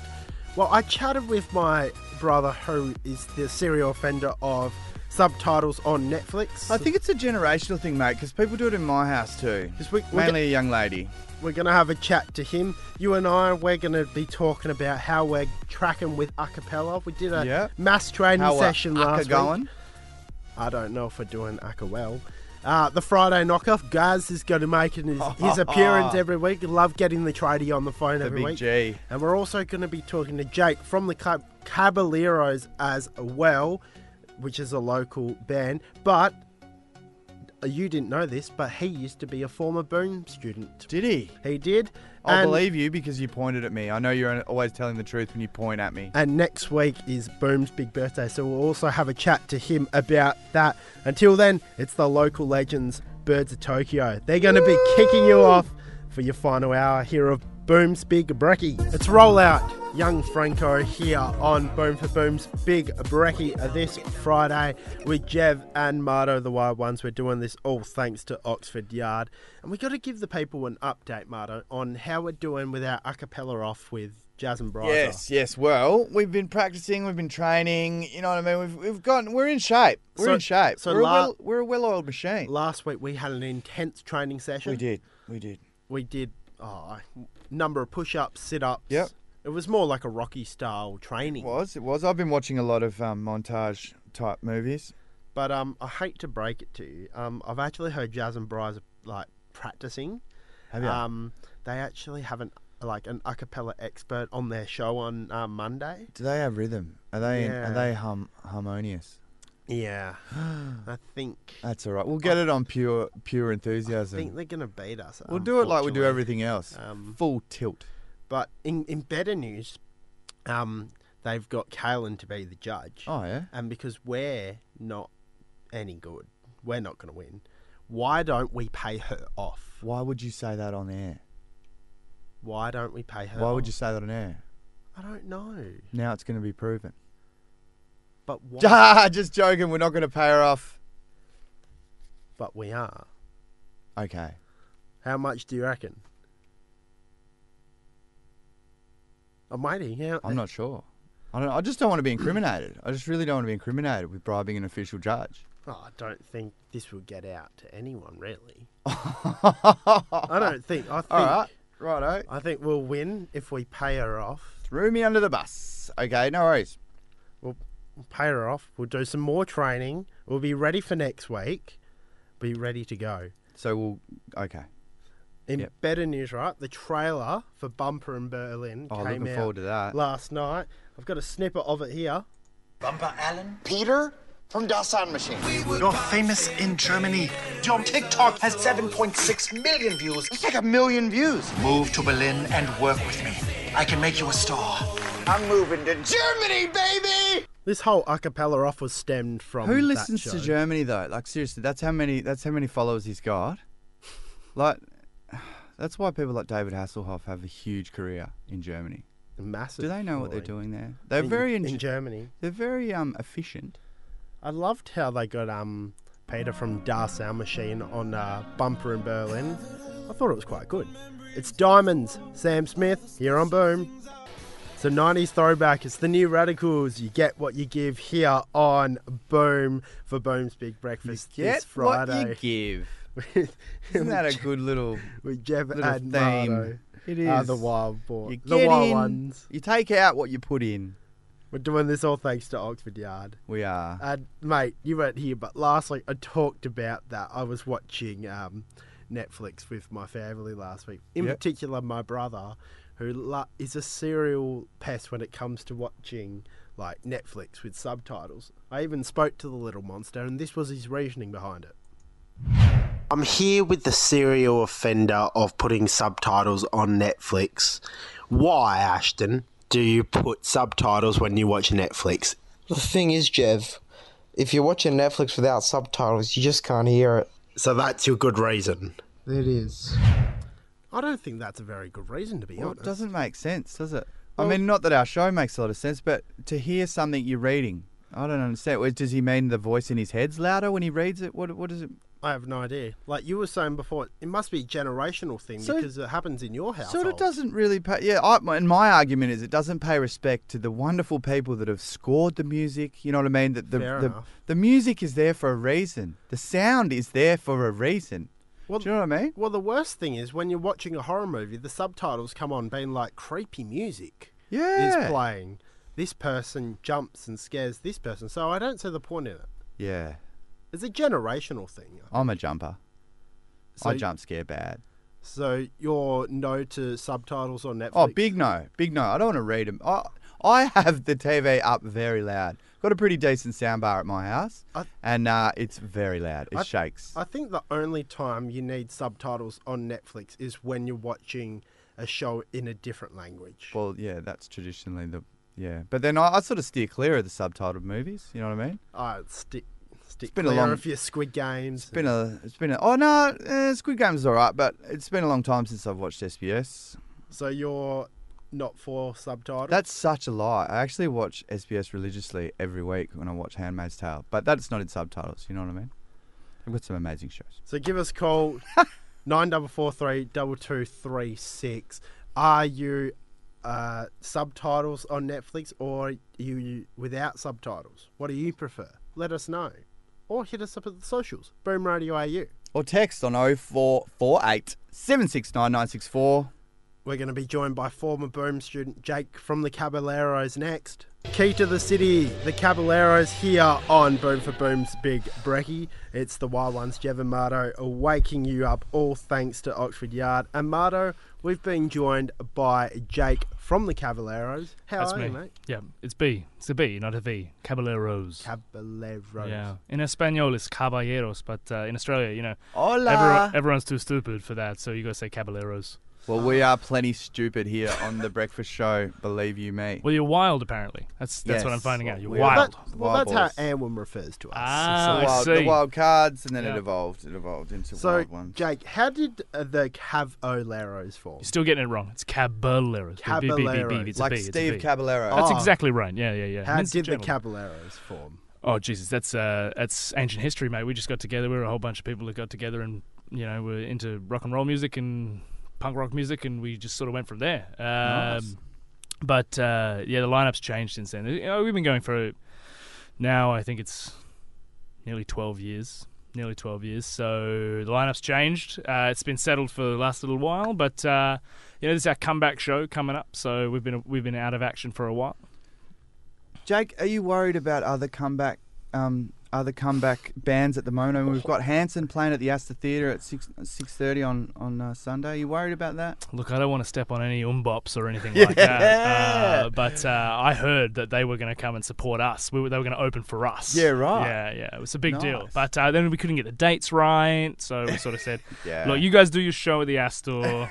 Well, I chatted with my brother who is the serial offender of subtitles on Netflix. I think it's a generational thing, mate, because people do it in my house too. we're Mainly a young lady. We're going to have a chat to him. You and I, we're going to be talking about how we're tracking with a cappella. We did a Yep. mass training How uh, are session Akka last going? week. I don't know if we're doing Akka well. Uh, the Friday knockoff, Gaz is going to make an, his, [laughs] his appearance every week. Love getting the tradie on the phone The every big week. G. And we're also going to be talking to Jake from the Cab- Caballeros as well, which is a local band. But uh, you didn't know this, but he used to be a former Boom student. Did he? He did. I And- believe you because you pointed at me. I know you're always telling the truth when you point at me. And next week is Boom's big birthday, so we'll also have a chat to him about that. Until then, it's the local legends, Birds of Tokyo. They're going to be kicking you off for your final hour here of Boom's Big Brekkie. It's rollout. Young Franco here on Boom for Boom's Big Brekkie this Friday with Jev and Mardo, the Wild Ones. We're doing this all thanks to Oxford Yard. And we got to give the people an update, Mardo, on how we're doing with our a cappella off with Jazz and Bryza. Yes, yes. Well, we've been practicing, we've been training. You know what I mean? We've we've gotten we're in shape. We're So- in shape. so we're, la- a well, we're a well-oiled machine. Last week we had an intense training session. We did. We did. We did oh, a number of push-ups, sit-ups. Yep. It was more like a Rocky style training. It was it was. I've been watching a lot of um, montage type movies. But um, I hate to break it to you. Um, I've actually heard Jazz and Bryza like practicing. Have ya? Um, they actually have an like an a cappella expert on their show on uh, Monday. Do they have rhythm? Are they Yeah. are they hum, harmonious? Yeah. I think That's all right. We'll get it on pure pure enthusiasm. think they're gonna beat us. We'll do it like we do unfortunately. um, everything else. Full tilt. But in, in better news, um, they've got Kalen to be the judge. Oh, yeah? And because we're not any good, we're not going to win. Why don't we pay her off? Why would you say that on air? Why don't we pay her? Why would off? you say that on air? I don't know. Now it's going to be proven. But why? Ah, [laughs] just joking. We're not going to pay her off. [laughs] but we are. Okay. How much do you reckon? I'm waiting. Yeah. I'm not sure. I don't. I just don't want to be incriminated. I just really don't want to be incriminated with bribing an official judge. Oh, I don't think this will get out to anyone, really. [laughs] I don't think. I think. right, righto. I think we'll win if we pay her off. Threw me under the bus. Okay, no worries. We'll we'll pay her off. We'll do some more training. We'll be ready for next week. Be ready to go. So we'll. Okay. In Yep. better news, right? The trailer for Bumper in Berlin Oh, came looking out forward to that. last night. I've got a snippet of it here. Bumper Allen? Peter? From Dasan Machine. You're famous in Germany. Your TikTok has 7.6 million views. It's like a million views. Move to Berlin and work with me. I can make you a star. I'm moving to Germany, baby! This whole a cappella off was stemmed from Who that listens to show. Germany though? Like seriously, that's how many. That's how many followers he's got. Like, [sighs] that's why people like David Hasselhoff have a huge career in Germany. Massive. Do they know what they're following. doing there? They're In- very in Germany. They're very um efficient. I loved how they got um Peter from Dar Sound Machine on uh, Bumper in Berlin. I thought it was quite good. It's Diamonds, Sam Smith here on Boom. So 90s throwback, it's the new radicals. You get what you give here on Boom for Boom's Big Breakfast this Get what Friday. you [laughs] give. Isn't that a good little with Jeff little and theme? Mardo It are is the wild boy, You the get wild in, ones. You take out what you put in. We're doing this all thanks to Oxford Yard. We are. Uh, mate, you weren't here, but last week I talked about that. I was watching um, Netflix with my family last week. In Yep. particular, my brother, who lo- is a serial pest when it comes to watching like Netflix with subtitles. I even spoke to the little monster, and this was his reasoning behind it. I'm here with the serial offender of putting subtitles on Netflix. Why, Ashton, do you put subtitles when you watch Netflix? The thing is, Jev, if you're watching Netflix without subtitles, you just can't hear it. So that's your good reason. It is. I don't think that's a very good reason to be Well, it honest. doesn't make sense, does it? Well- I mean, not that our show makes a lot of sense, but to hear something you're reading, I don't understand. Well, Does he mean the voice in his head's louder when he reads it? What What is it? I have no idea. Like you were saying before, it must be a generational thing So- because it happens in your house. Sort of doesn't really pay. Yeah, I, my- and my argument is it doesn't pay respect to the wonderful people that have scored the music. You know what I mean? That the Fair the, enough. the music is there for a reason. The sound is there for a reason. Well, Do you know what I mean? Well, the worst thing is when you're watching a horror movie, the subtitles come on being like creepy music Yeah. is playing. This person jumps and scares this person, so I don't see the point in it. Yeah. It's a generational thing. I'm a jumper. So I you- jump scare bad. So your no to subtitles on Netflix. Oh, big no, big no. I don't want to read them. I, I have the TV up very loud. Got a pretty decent soundbar at my house, and uh, it's very loud. It I- shakes. I think the only time you need subtitles on Netflix is when you're watching a show in a different language. Well, yeah, that's traditionally the yeah. But then I, I sort of steer clear of the subtitled movies. You know what I mean? Uh, stick, stick. It's been a clear long- of your Squid Games. It's been a, it's been a. Oh no, eh, Squid Game's all right, but it's been a long time since I've watched SBS. So you're not for subtitles. That's such a lie. I actually watch SBS religiously every week when I watch Handmaid's Tale, but that's not in subtitles. You know what I mean? I've got some amazing shows. So give us a [laughs] call nine double four three double two three six. Are you uh, subtitles on Netflix or are you, you without subtitles? What do you prefer? Let us know, or hit us up at the socials. Boom Radio AU. Or text on 0448 769 964. We're going to be joined by former Boom student Jake from the Caballeros next. Key to the City, the Caballeros here on Boom for Boom's Big Brekkie. It's the Wild Ones, Jev and Mardo, waking you up, all thanks to Oxford Yard. And Mardo, we've been joined by Jake from the Caballeros. How That's are me. you, mate? Yeah, it's B. It's a B, not a V. Caballeros. Caballeros. Yeah. In Espanol, it's caballeros, but uh, in Australia, you know, Hola. everyone's too stupid for that, so you gotta say caballeros. Well, we are plenty stupid here on The Breakfast Show, believe you me. Well, you're wild, apparently. That's that's what I'm Yes. finding out. You're Well, wild. that- well, Wild that's How Anwin refers to us. Ah, the, wild, I see. the wild cards, and then Yeah. it evolved. It evolved into So, wild ones. Jake, how did uh, the Cavoleros form? You're still getting it wrong. It's caballeros. B- B- B- B- B. Caballeros. It's a Like B, it's a Steve B. Caballero. That's Oh. exactly right. Yeah, yeah, yeah. How Men's did the gentlemen. Caballeros form? Oh Jesus, that's uh, that's ancient history, mate. We just got together. We were a whole bunch of people that got together and you know were into rock and roll music and punk rock music, and we just sort of went from there. Um, Nice. But uh, yeah, the lineup's changed since then. You know, we've been going for now. I think it's nearly twelve years. Nearly twelve years. So the lineup's changed. Uh, it's been settled for the last little while, but uh, you know this is our comeback show coming up. So we've been we've been out of action for a while. Jake, are you worried about other comeback um, other comeback bands at the moment? We've got Hanson playing at the Astor Theatre at six six thirty on on uh, Sunday. Are you worried about that? Look, I don't want to step on any umbops or [laughs] anything Yeah. like that. Uh, but uh, I heard that they were going to come and support us. We were, they were going to open for us. Yeah, right. Yeah, yeah. It was a big deal. Nice. But uh, then we couldn't get the dates right, so we sort of said, [laughs] Yeah. "Look, you guys do your show at [laughs] the Astor.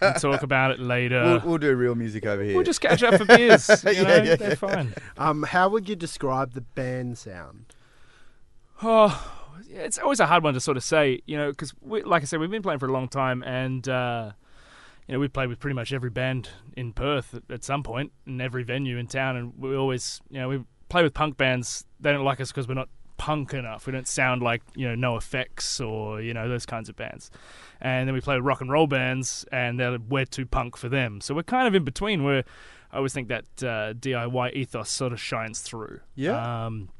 we'll talk about it later." We'll, we'll do real music over here. Uh. We'll just catch up for [laughs] beers. You Yeah, know, yeah, they're yeah. fine. Um, how would you describe the band sound? Oh, it's always a hard one to sort of say, you know, because like I said, we've been playing for a long time, and uh, you know, we played with pretty much every band in Perth at, at some point, and every venue in town, and we always, you know, we play with punk bands. They don't like us because we're not punk enough. We don't sound like you know No Effects or you know those kinds of bands. And then we play with rock and roll bands, and they're we're too punk for them. So we're kind of in between. We're I always think that uh, DIY ethos sort of shines through. Yeah. Um,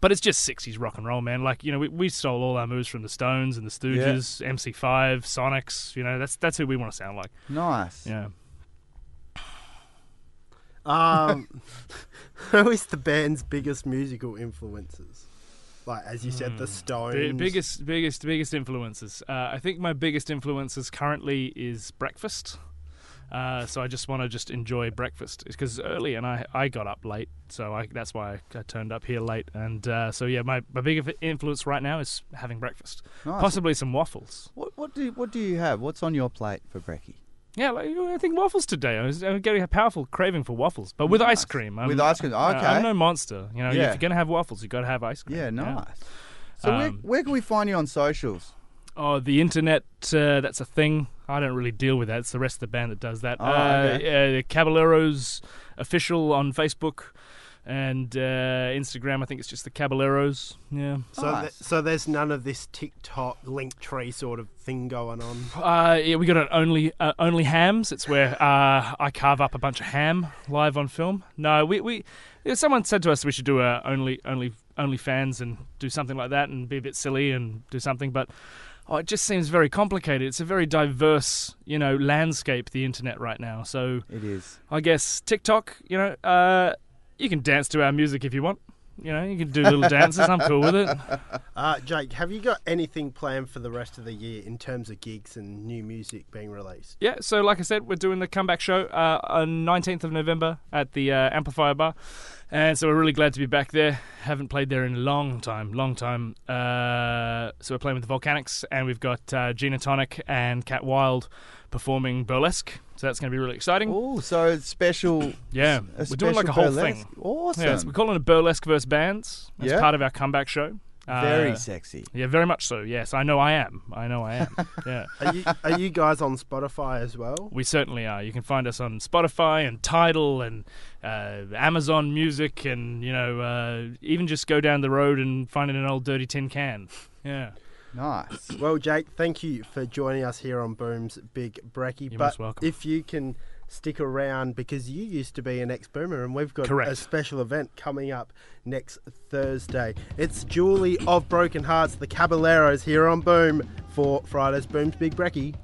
but it's just 60s rock and roll, man. Like, you know, we, we stole all our moves from the Stones and the Stooges, MC5, Sonics. You know, that's that's who we want to sound like. Nice. Yeah. Um, [laughs] who is the band's biggest musical influences? Like as you said, the Stones. Bi- biggest, biggest, biggest influences. Uh, I think my biggest influences currently is breakfast. Uh, so I just want to just enjoy breakfast because early and I, I got up late, so I, that's why I, I turned up here late. And uh, so yeah, my my big influence right now is having breakfast, Nice. possibly some waffles. What what do what do you have? What's on your plate for brekkie? Yeah, like, I think waffles today. I was, I'm getting a powerful craving for waffles, but with ice cream. I'm, With ice cream, I- okay. I'm no monster. You know, Yeah. if you're gonna have waffles, you got to have ice cream. Yeah, nice. So where, Um, where can we find you on socials? Oh, the internet, uh, that's a thing. I don't really deal with that. It's the rest of the band that does that. Oh, uh, okay. uh, Caballeros Official on Facebook and uh, Instagram. I think it's just the Caballeros. Yeah. So, th- so there's none of this TikTok link tree sort of thing going on. Uh, yeah, we got an only uh, only hams. It's where uh, I carve up a bunch of ham live on film. No, we, we yeah, someone said to us we should do a only only only fans and do something like that and be a bit silly and do something, but oh, it just seems very complicated. It's a very diverse you know landscape the internet right now. So it is. I guess TikTok. You know, uh, you can dance to our music if you want. You know, you can do little dances. I'm cool with it. Uh, Jake, have you got anything planned for the rest of the year in terms of gigs and new music being released? Yeah, so like I said, we're doing the comeback show uh, on 19th of November at the uh, Amplifier Bar. And so we're really glad to be back there. Haven't played there in a long time, long time. Uh, so we're playing with the Volcanics, and we've got uh, Gina Tonic and Cat Wild performing burlesque. So that's going to be really exciting. Oh, so it's special. [coughs] yeah, we're a doing like a special whole burlesque. thing. Awesome. Yeah, it's- we're calling it burlesque versus bands. That's Yeah. part of our comeback show. Uh, Very sexy. Yeah, very much so. Yes, I know I am. I know [laughs] I am. Yeah. Are you, are you guys on Spotify as well? We certainly are. You can find us on Spotify and Tidal and uh, Amazon Music, and you know, uh, even just go down the road and find an old dirty tin can. Yeah. [coughs] Nice. Well, Jake, thank you for joining us here on Boom's Big Brekkie. You're but most welcome. if you can stick around because you used to be an ex-boomer and we've got a Correct. special event coming up next Thursday. It's Julie of Broken Hearts, the Caballeros here on Boom for Friday's Boom's Big Brekkie.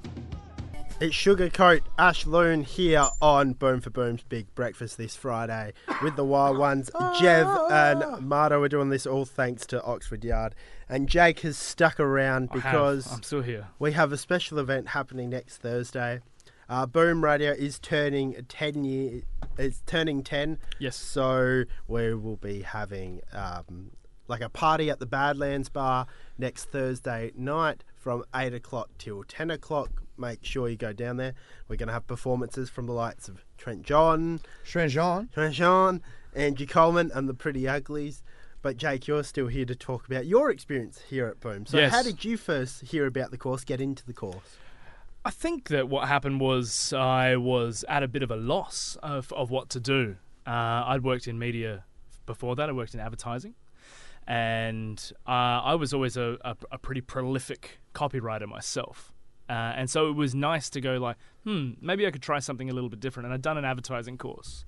It's Sugarcoat Ash Loon here on Boom for Boom's Big Breakfast this Friday with the Wild Ones. Jev and Marta are doing this all thanks to Oxford Yard. And Jake has stuck around I have. because I'm still here. we have a special event happening next Thursday. Uh, Boom Radio is turning ten year. It's turning ten. Yes. So we will be having um, like a party at the Badlands Bar next Thursday night from eight o'clock till ten o'clock. Make sure you go down there. We're going to have performances from the likes of Trent John, Trent John, Trent John, Angie Coleman, and the Pretty Uglies. But Jake, you're still here to talk about your experience here at Boom. So how Yes. did you first hear about the course? Get into the course. I think that what happened was I was at a bit of a loss of, of what to do. Uh, I'd worked in media before that, I worked in advertising, and uh, I was always a, a, a pretty prolific copywriter myself. Uh, and so it was nice to go like, hmm, maybe I could try something a little bit different. And I'd done an advertising course,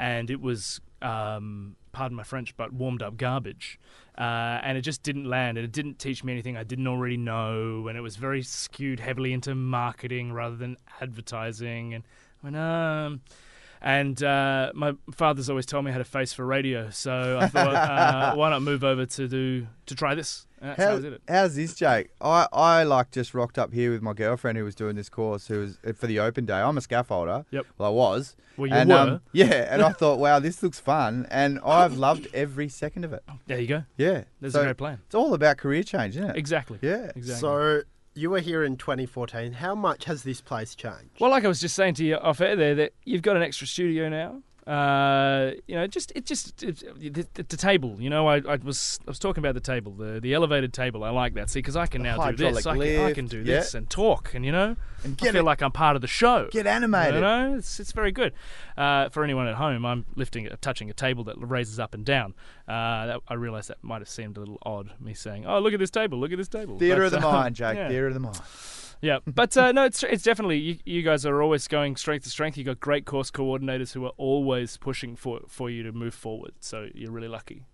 and it was, um, pardon my French, but warmed up garbage. Uh, and it just didn't land, and it didn't teach me anything I didn't already know. And it was very skewed heavily into marketing rather than advertising. And I went, um, and uh, my father's always told me I had a face for radio, so I thought, uh, why not move over to do to try this? And that's how, I How, did it. how's this, Jake? I, I like just rocked up here with my girlfriend who was doing this course, who was uh, for the open day. I'm a scaffolder. Yep. Well, I was. Well, you and, um, were. [laughs] yeah, and I thought, wow, this looks fun, [coughs] and I've loved every second of it. There you go. Yeah, There's a great plan. It's all about career change, isn't it? Exactly. Yeah. Exactly. So you were here in 2014. How much has this place changed? Well, like I was just saying to you off air there, that you've got an extra studio now. Uh, you know, just it just it, the, the, the table. You know, I, I was I was talking about the table, the the elevated table. I like that. See, because I can now do this. I hydraulic can, I lift, can do yeah. this and talk, and you know, and get I feel it- like I'm part of the show. get animated. You know, it's it's very good. Uh, for anyone at home, I'm lifting, uh, touching a table that raises up and down. Uh, that, I realise that might have seemed a little odd, me saying, "Oh, look at this table, look at this table." Theatre of But, the uh, mind, Jake. [laughs] yeah. Theatre of the mind. [laughs] Yeah, but uh, no, it's it's definitely you, you guys are always going strength to strength. You have got great course coordinators who are always pushing for for you to move forward. So you're really lucky.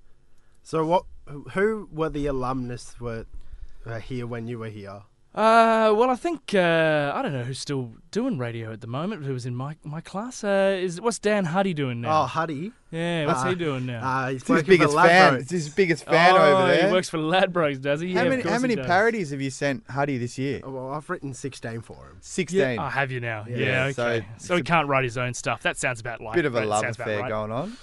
So what? Who were the alumnus were, were here when you were here? Uh, well, I think uh, I don't know who's still doing radio at the moment. Who was in my my class? Uh, is what's Dan Huddy doing now? Oh, Huddy. Yeah, what's he doing now? Uh, he's It's his working for biggest Ladbrokes. fan. It's his biggest fan Oh, over there. He works for Ladbrokes, does he? how yeah, many of how course many he does. parodies have you sent Huddy this year? Oh, well, I've written 16 for him. Sixteen. Yeah, I Oh, have you now. Yeah, Yeah, so okay. it's So, he can't write his own stuff. That sounds about like Bit of a that love sounds about affair right. going on.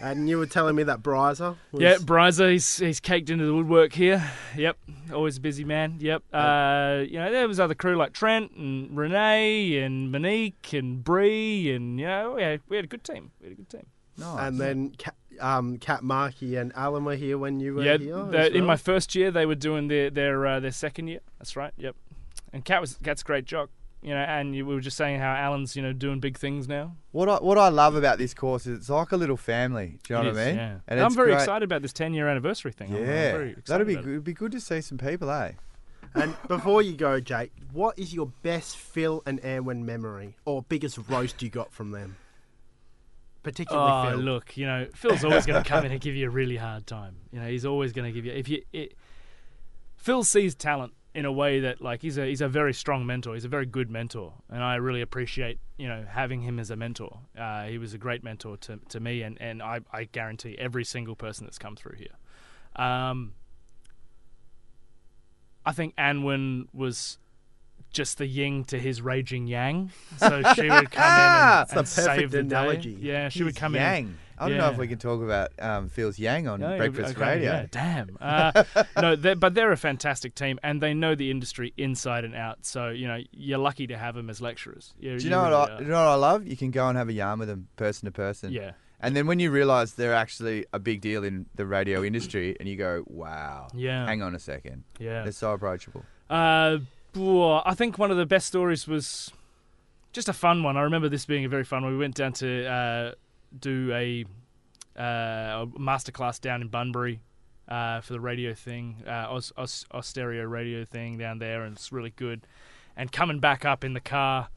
And you were telling me that Bryzer. Was, Yeah, Bryza, he's he's caked into the woodwork here. Yep, always a busy man. Yep. Uh, you know, there was other crew like Trent and Renee and Monique and Bree, and you know, we had, we had a good team. We had a good team. And then Cat, um, Cat Markey and Alan were here when you were yeah, here. the- as in my well? first year they were doing their their uh, their second year. That's right. Yep. And Cat was Cat's a great jock. You know, and you, we were just saying how Alan's you know doing big things now. What I, what I love about this course is it's like a little family. Do you know It what is, I mean? yeah. And I'm it's very great. excited about this 10 year anniversary thing. I'm- I'm very Yeah, excited that'd be about it. good. It'd be good to see some people, eh? And before you go, Jake, what is your best Phil and Erwin memory or biggest roast you got from them? Particularly oh, Phil. look, you know, Phil's always going to come in and give you a really hard time. You know, he's always going to give you if you. It, Phil sees talent in a way that like he's a he's a very strong mentor. He's a very good mentor, and I really appreciate you know having him as a mentor. Uh, he was a great mentor to, to me, and and I, I guarantee every single person that's come through here. Um, I think Anwen was just the yin to his raging yang. So she would come in [laughs] and, It's the and save perfect the day. analogy. Yeah, she would His come in. yang. I don't know Yeah. if we can talk about um, Phil's Yang on No, Breakfast okay, Radio. yeah, damn. Uh, [laughs] no, they're, but they're a fantastic team, and they know the industry inside and out. So you know you're lucky to have them as lecturers. You, Do you know really what? I, are. do you know what I love? You can go and have a yarn with them, person to person. Yeah. And then when you realise they're actually a big deal in the radio industry, and you go, "Wow, Yeah. hang on a second, Yeah. they're so approachable." Uh, boah, I think one of the best stories was just a fun one. I remember this being a very fun one. We went down to uh, do a, uh, a masterclass down in Bunbury uh, for the radio thing, uh, Aus- Aus- Austereo radio thing down there, and it's really good. And coming back up in the car,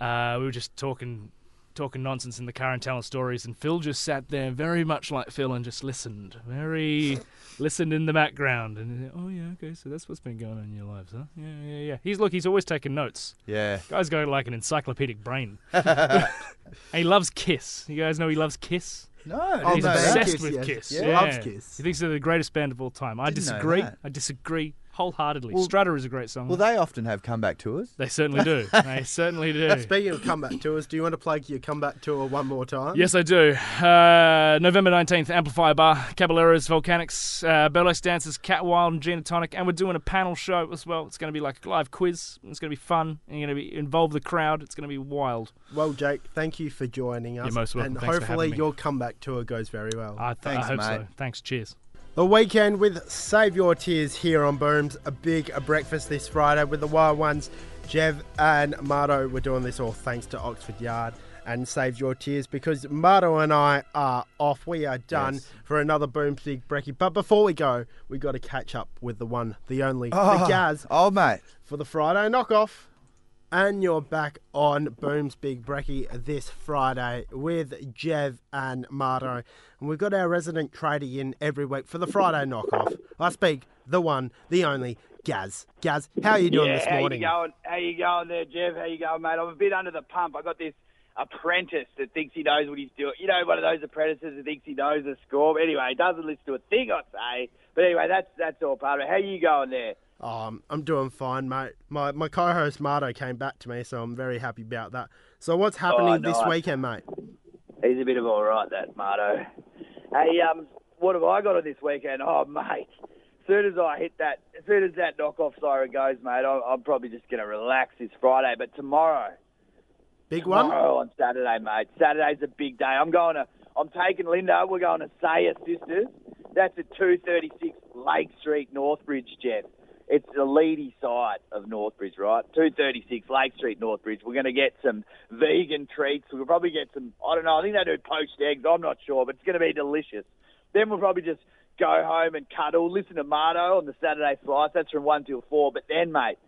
uh, we were just talking. Talking nonsense in the car and telling stories, and Phil just sat there, very much like Phil, and just listened, very listened in the background, and oh yeah, okay, so that's what's been going on in your lives, huh? Yeah, yeah, yeah. He's look, he's always taking notes. Yeah. Guy's got like an [laughs] encyclopedic brain. and he loves Kiss. You guys know he loves Kiss? No. Oh, He's no, that- obsessed Kiss, with yes. Kiss. Yeah. Loves Kiss. He thinks they're the greatest band of all time. I Didn't know disagree. that. I disagree wholeheartedly. Well- Strutter is a great song. Well, they often have comeback tours. They [laughs] certainly do. They certainly do. Speaking of comeback tours, do you want to plug your comeback tour one more time? Yes, I do. Uh, November 19th, Amplifier Bar, Caballeros, Volcanics, uh, Burlesque Dancers, Cat Wild, and Gina Tonic. And we're doing a panel show as well. It's going to be like a live quiz. It's going to be fun. And you're going to be involve the crowd. It's going to be wild. Well, Jake, thank you for joining us. You're most welcome. And Thanks for having hopefully me. your comeback tour goes very well. I, th- I hope so. Thanks. Cheers. The weekend with Save Your Tears here on Booms. A big a breakfast this Friday with the Wild Ones. Jev and Mardo were doing this all thanks to Oxford Yard and Save Your Tears because Mardo and I are off. We are done Yes. for another Booms Big Brekkie. But before we go, we got to catch up with the one, the only, the Oh, Gaz. Oh, mate. For the Friday knockoff. And you're back on Boom's Big Brekkie this Friday with Jev and Mardo. And we've got our resident tradie in every week for the Friday knockoff. I speak the one, the only, Gaz. Gaz, how are you doing yeah, this morning? How you going? How you going there, Jeff? How you going, mate? I'm a bit under the pump. I got this apprentice that thinks he knows what he's doing. You know, one of those apprentices that thinks he knows the score. But anyway, he doesn't listen to a thing I say. But anyway, that's that's all part of it. How you going there? Um, I'm doing fine, mate. My, my co host Mardo came back to me, so I'm very happy about that. So, what's happening this Oh, nice. weekend, mate? He's a bit of all right, that Mardo. Hey, um, what have I got on this weekend? Oh, mate. Soon as I hit that, as soon as that knockoff siren goes, mate, I'm, I'm probably just going to relax this Friday. But tomorrow, Big one? Tomorrow on Saturday, mate. Saturday's a big day. I'm going to. I'm taking Linda. We're going to Saya Sisters. That's at 236 Lake Street, Northbridge, Jeff. It's the leady side of Northbridge, right? 236 Lake Street, Northbridge. We're going to get some vegan treats. We'll probably get some, I don't know, I think they do poached eggs. I'm not sure, but it's going to be delicious. Then we'll probably just go home and cuddle, listen to Mardo on the Saturday slice. That's from 1 till 4. But then, mate,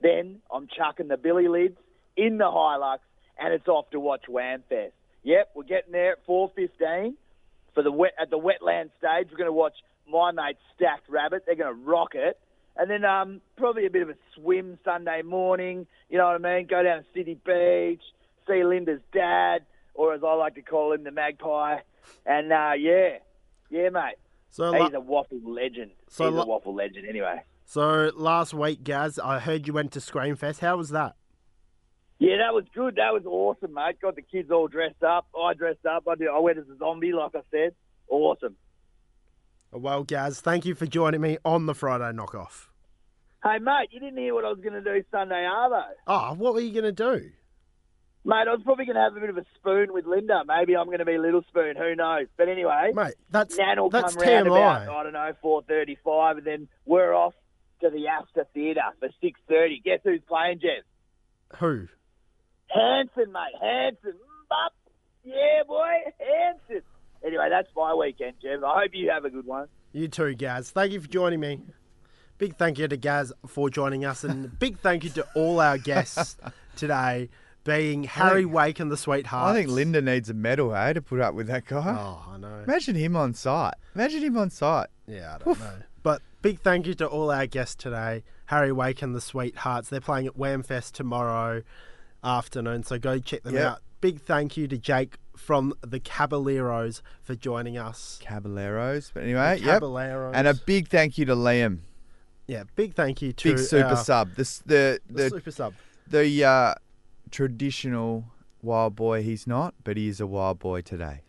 then I'm chucking the Billy Lids in the Hilux and it's off to watch Wham Fest. Yep, we're getting there at 4.15 for the wet, at the wetland stage. We're going to watch my mate Stacked Rabbit. They're going to rock it. And then um, probably a bit of a swim Sunday morning. You know what I mean? Go down to City Beach, see Linda's dad, or as I like to call him, the magpie. And uh, yeah, yeah, mate. So he's lo- a waffle legend. So he's lo- a waffle legend, anyway. So, last week, Gaz, I heard you went to Screamfest. How was that? Yeah, that was good. That was awesome, mate. Got the kids all dressed up. I dressed up. I, did, I went as a zombie, like I said. Awesome. Well, Gaz, thank you for joining me on the Friday knockoff. Hey, mate, you didn't hear what I was going to do Sunday, Arvo. Oh, what were you going to do? Mate, I was probably going to have a bit of a spoon with Linda. Maybe I'm going to be Little Spoon. Who knows? But anyway, mate, that's Nan will that's come round TMI. about I don't know 4:35, and then we're off to the Astor Theatre for 6:30. Guess who's playing, Jeff? Who? Hanson, mate. Hanson. Mm, up. Yeah, boy. Hanson. Anyway, that's my weekend, Jeff. I hope you have a good one. You too, Gaz. Thank you for joining me. Big thank you to Gaz for joining us, and big thank you to all our guests today. being Harry think- Wake and the Sweethearts. I think Linda needs a medal, eh, to put up with that guy. Oh, I know. Imagine him on site. Imagine him on site. Yeah, I don't know. But big thank you to all our guests today. Harry Wake and the Sweethearts. They're playing at Whamfest tomorrow afternoon, so go check them Yep. out. Big thank you to Jake from the Caballeros for joining us. Caballeros. But anyway, The yep. Caballeros. And a big thank you to Liam. Yeah, big thank you to Big super our- sub. This the The the, super sub. The uh, traditional wild boy he's not, but he is a wild boy today.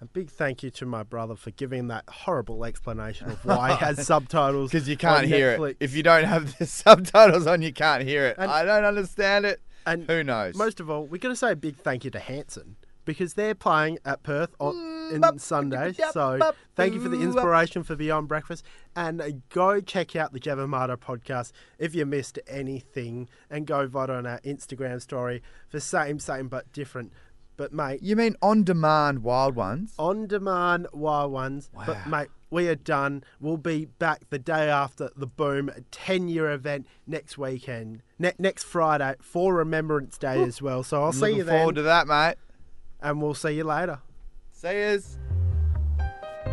A big thank you to my brother for giving that horrible explanation of why it [laughs] has subtitles. Because you can't on hear Netflix. it. If you don't have the [laughs] subtitles on, you can't hear it. I don't understand it. And who knows? Most of all, we're going to say a big thank you to Hanson because they're playing at Perth Mm, on in Sunday. So thank you for the inspiration for Beyond Breakfast, and uh, go check out the Javamata podcast if you missed anything, and go vote on our Instagram story for same same but different. But mate, you mean on demand wild ones? on demand wild ones. But mate, we are done. We'll be back the day after the Boom 10 year event next weekend, ne- next Friday for Remembrance Day Woo. as well. So I'll I'm see looking you then. forward to that, mate. And we'll see you later. See yous.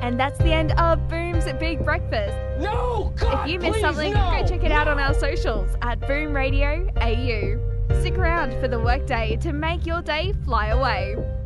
And that's the end of Boom's Big Breakfast. No, God, If you missed please, something, no, go check it out on our socials at Boom Radio AU. Stick around for the workday to make your day fly away.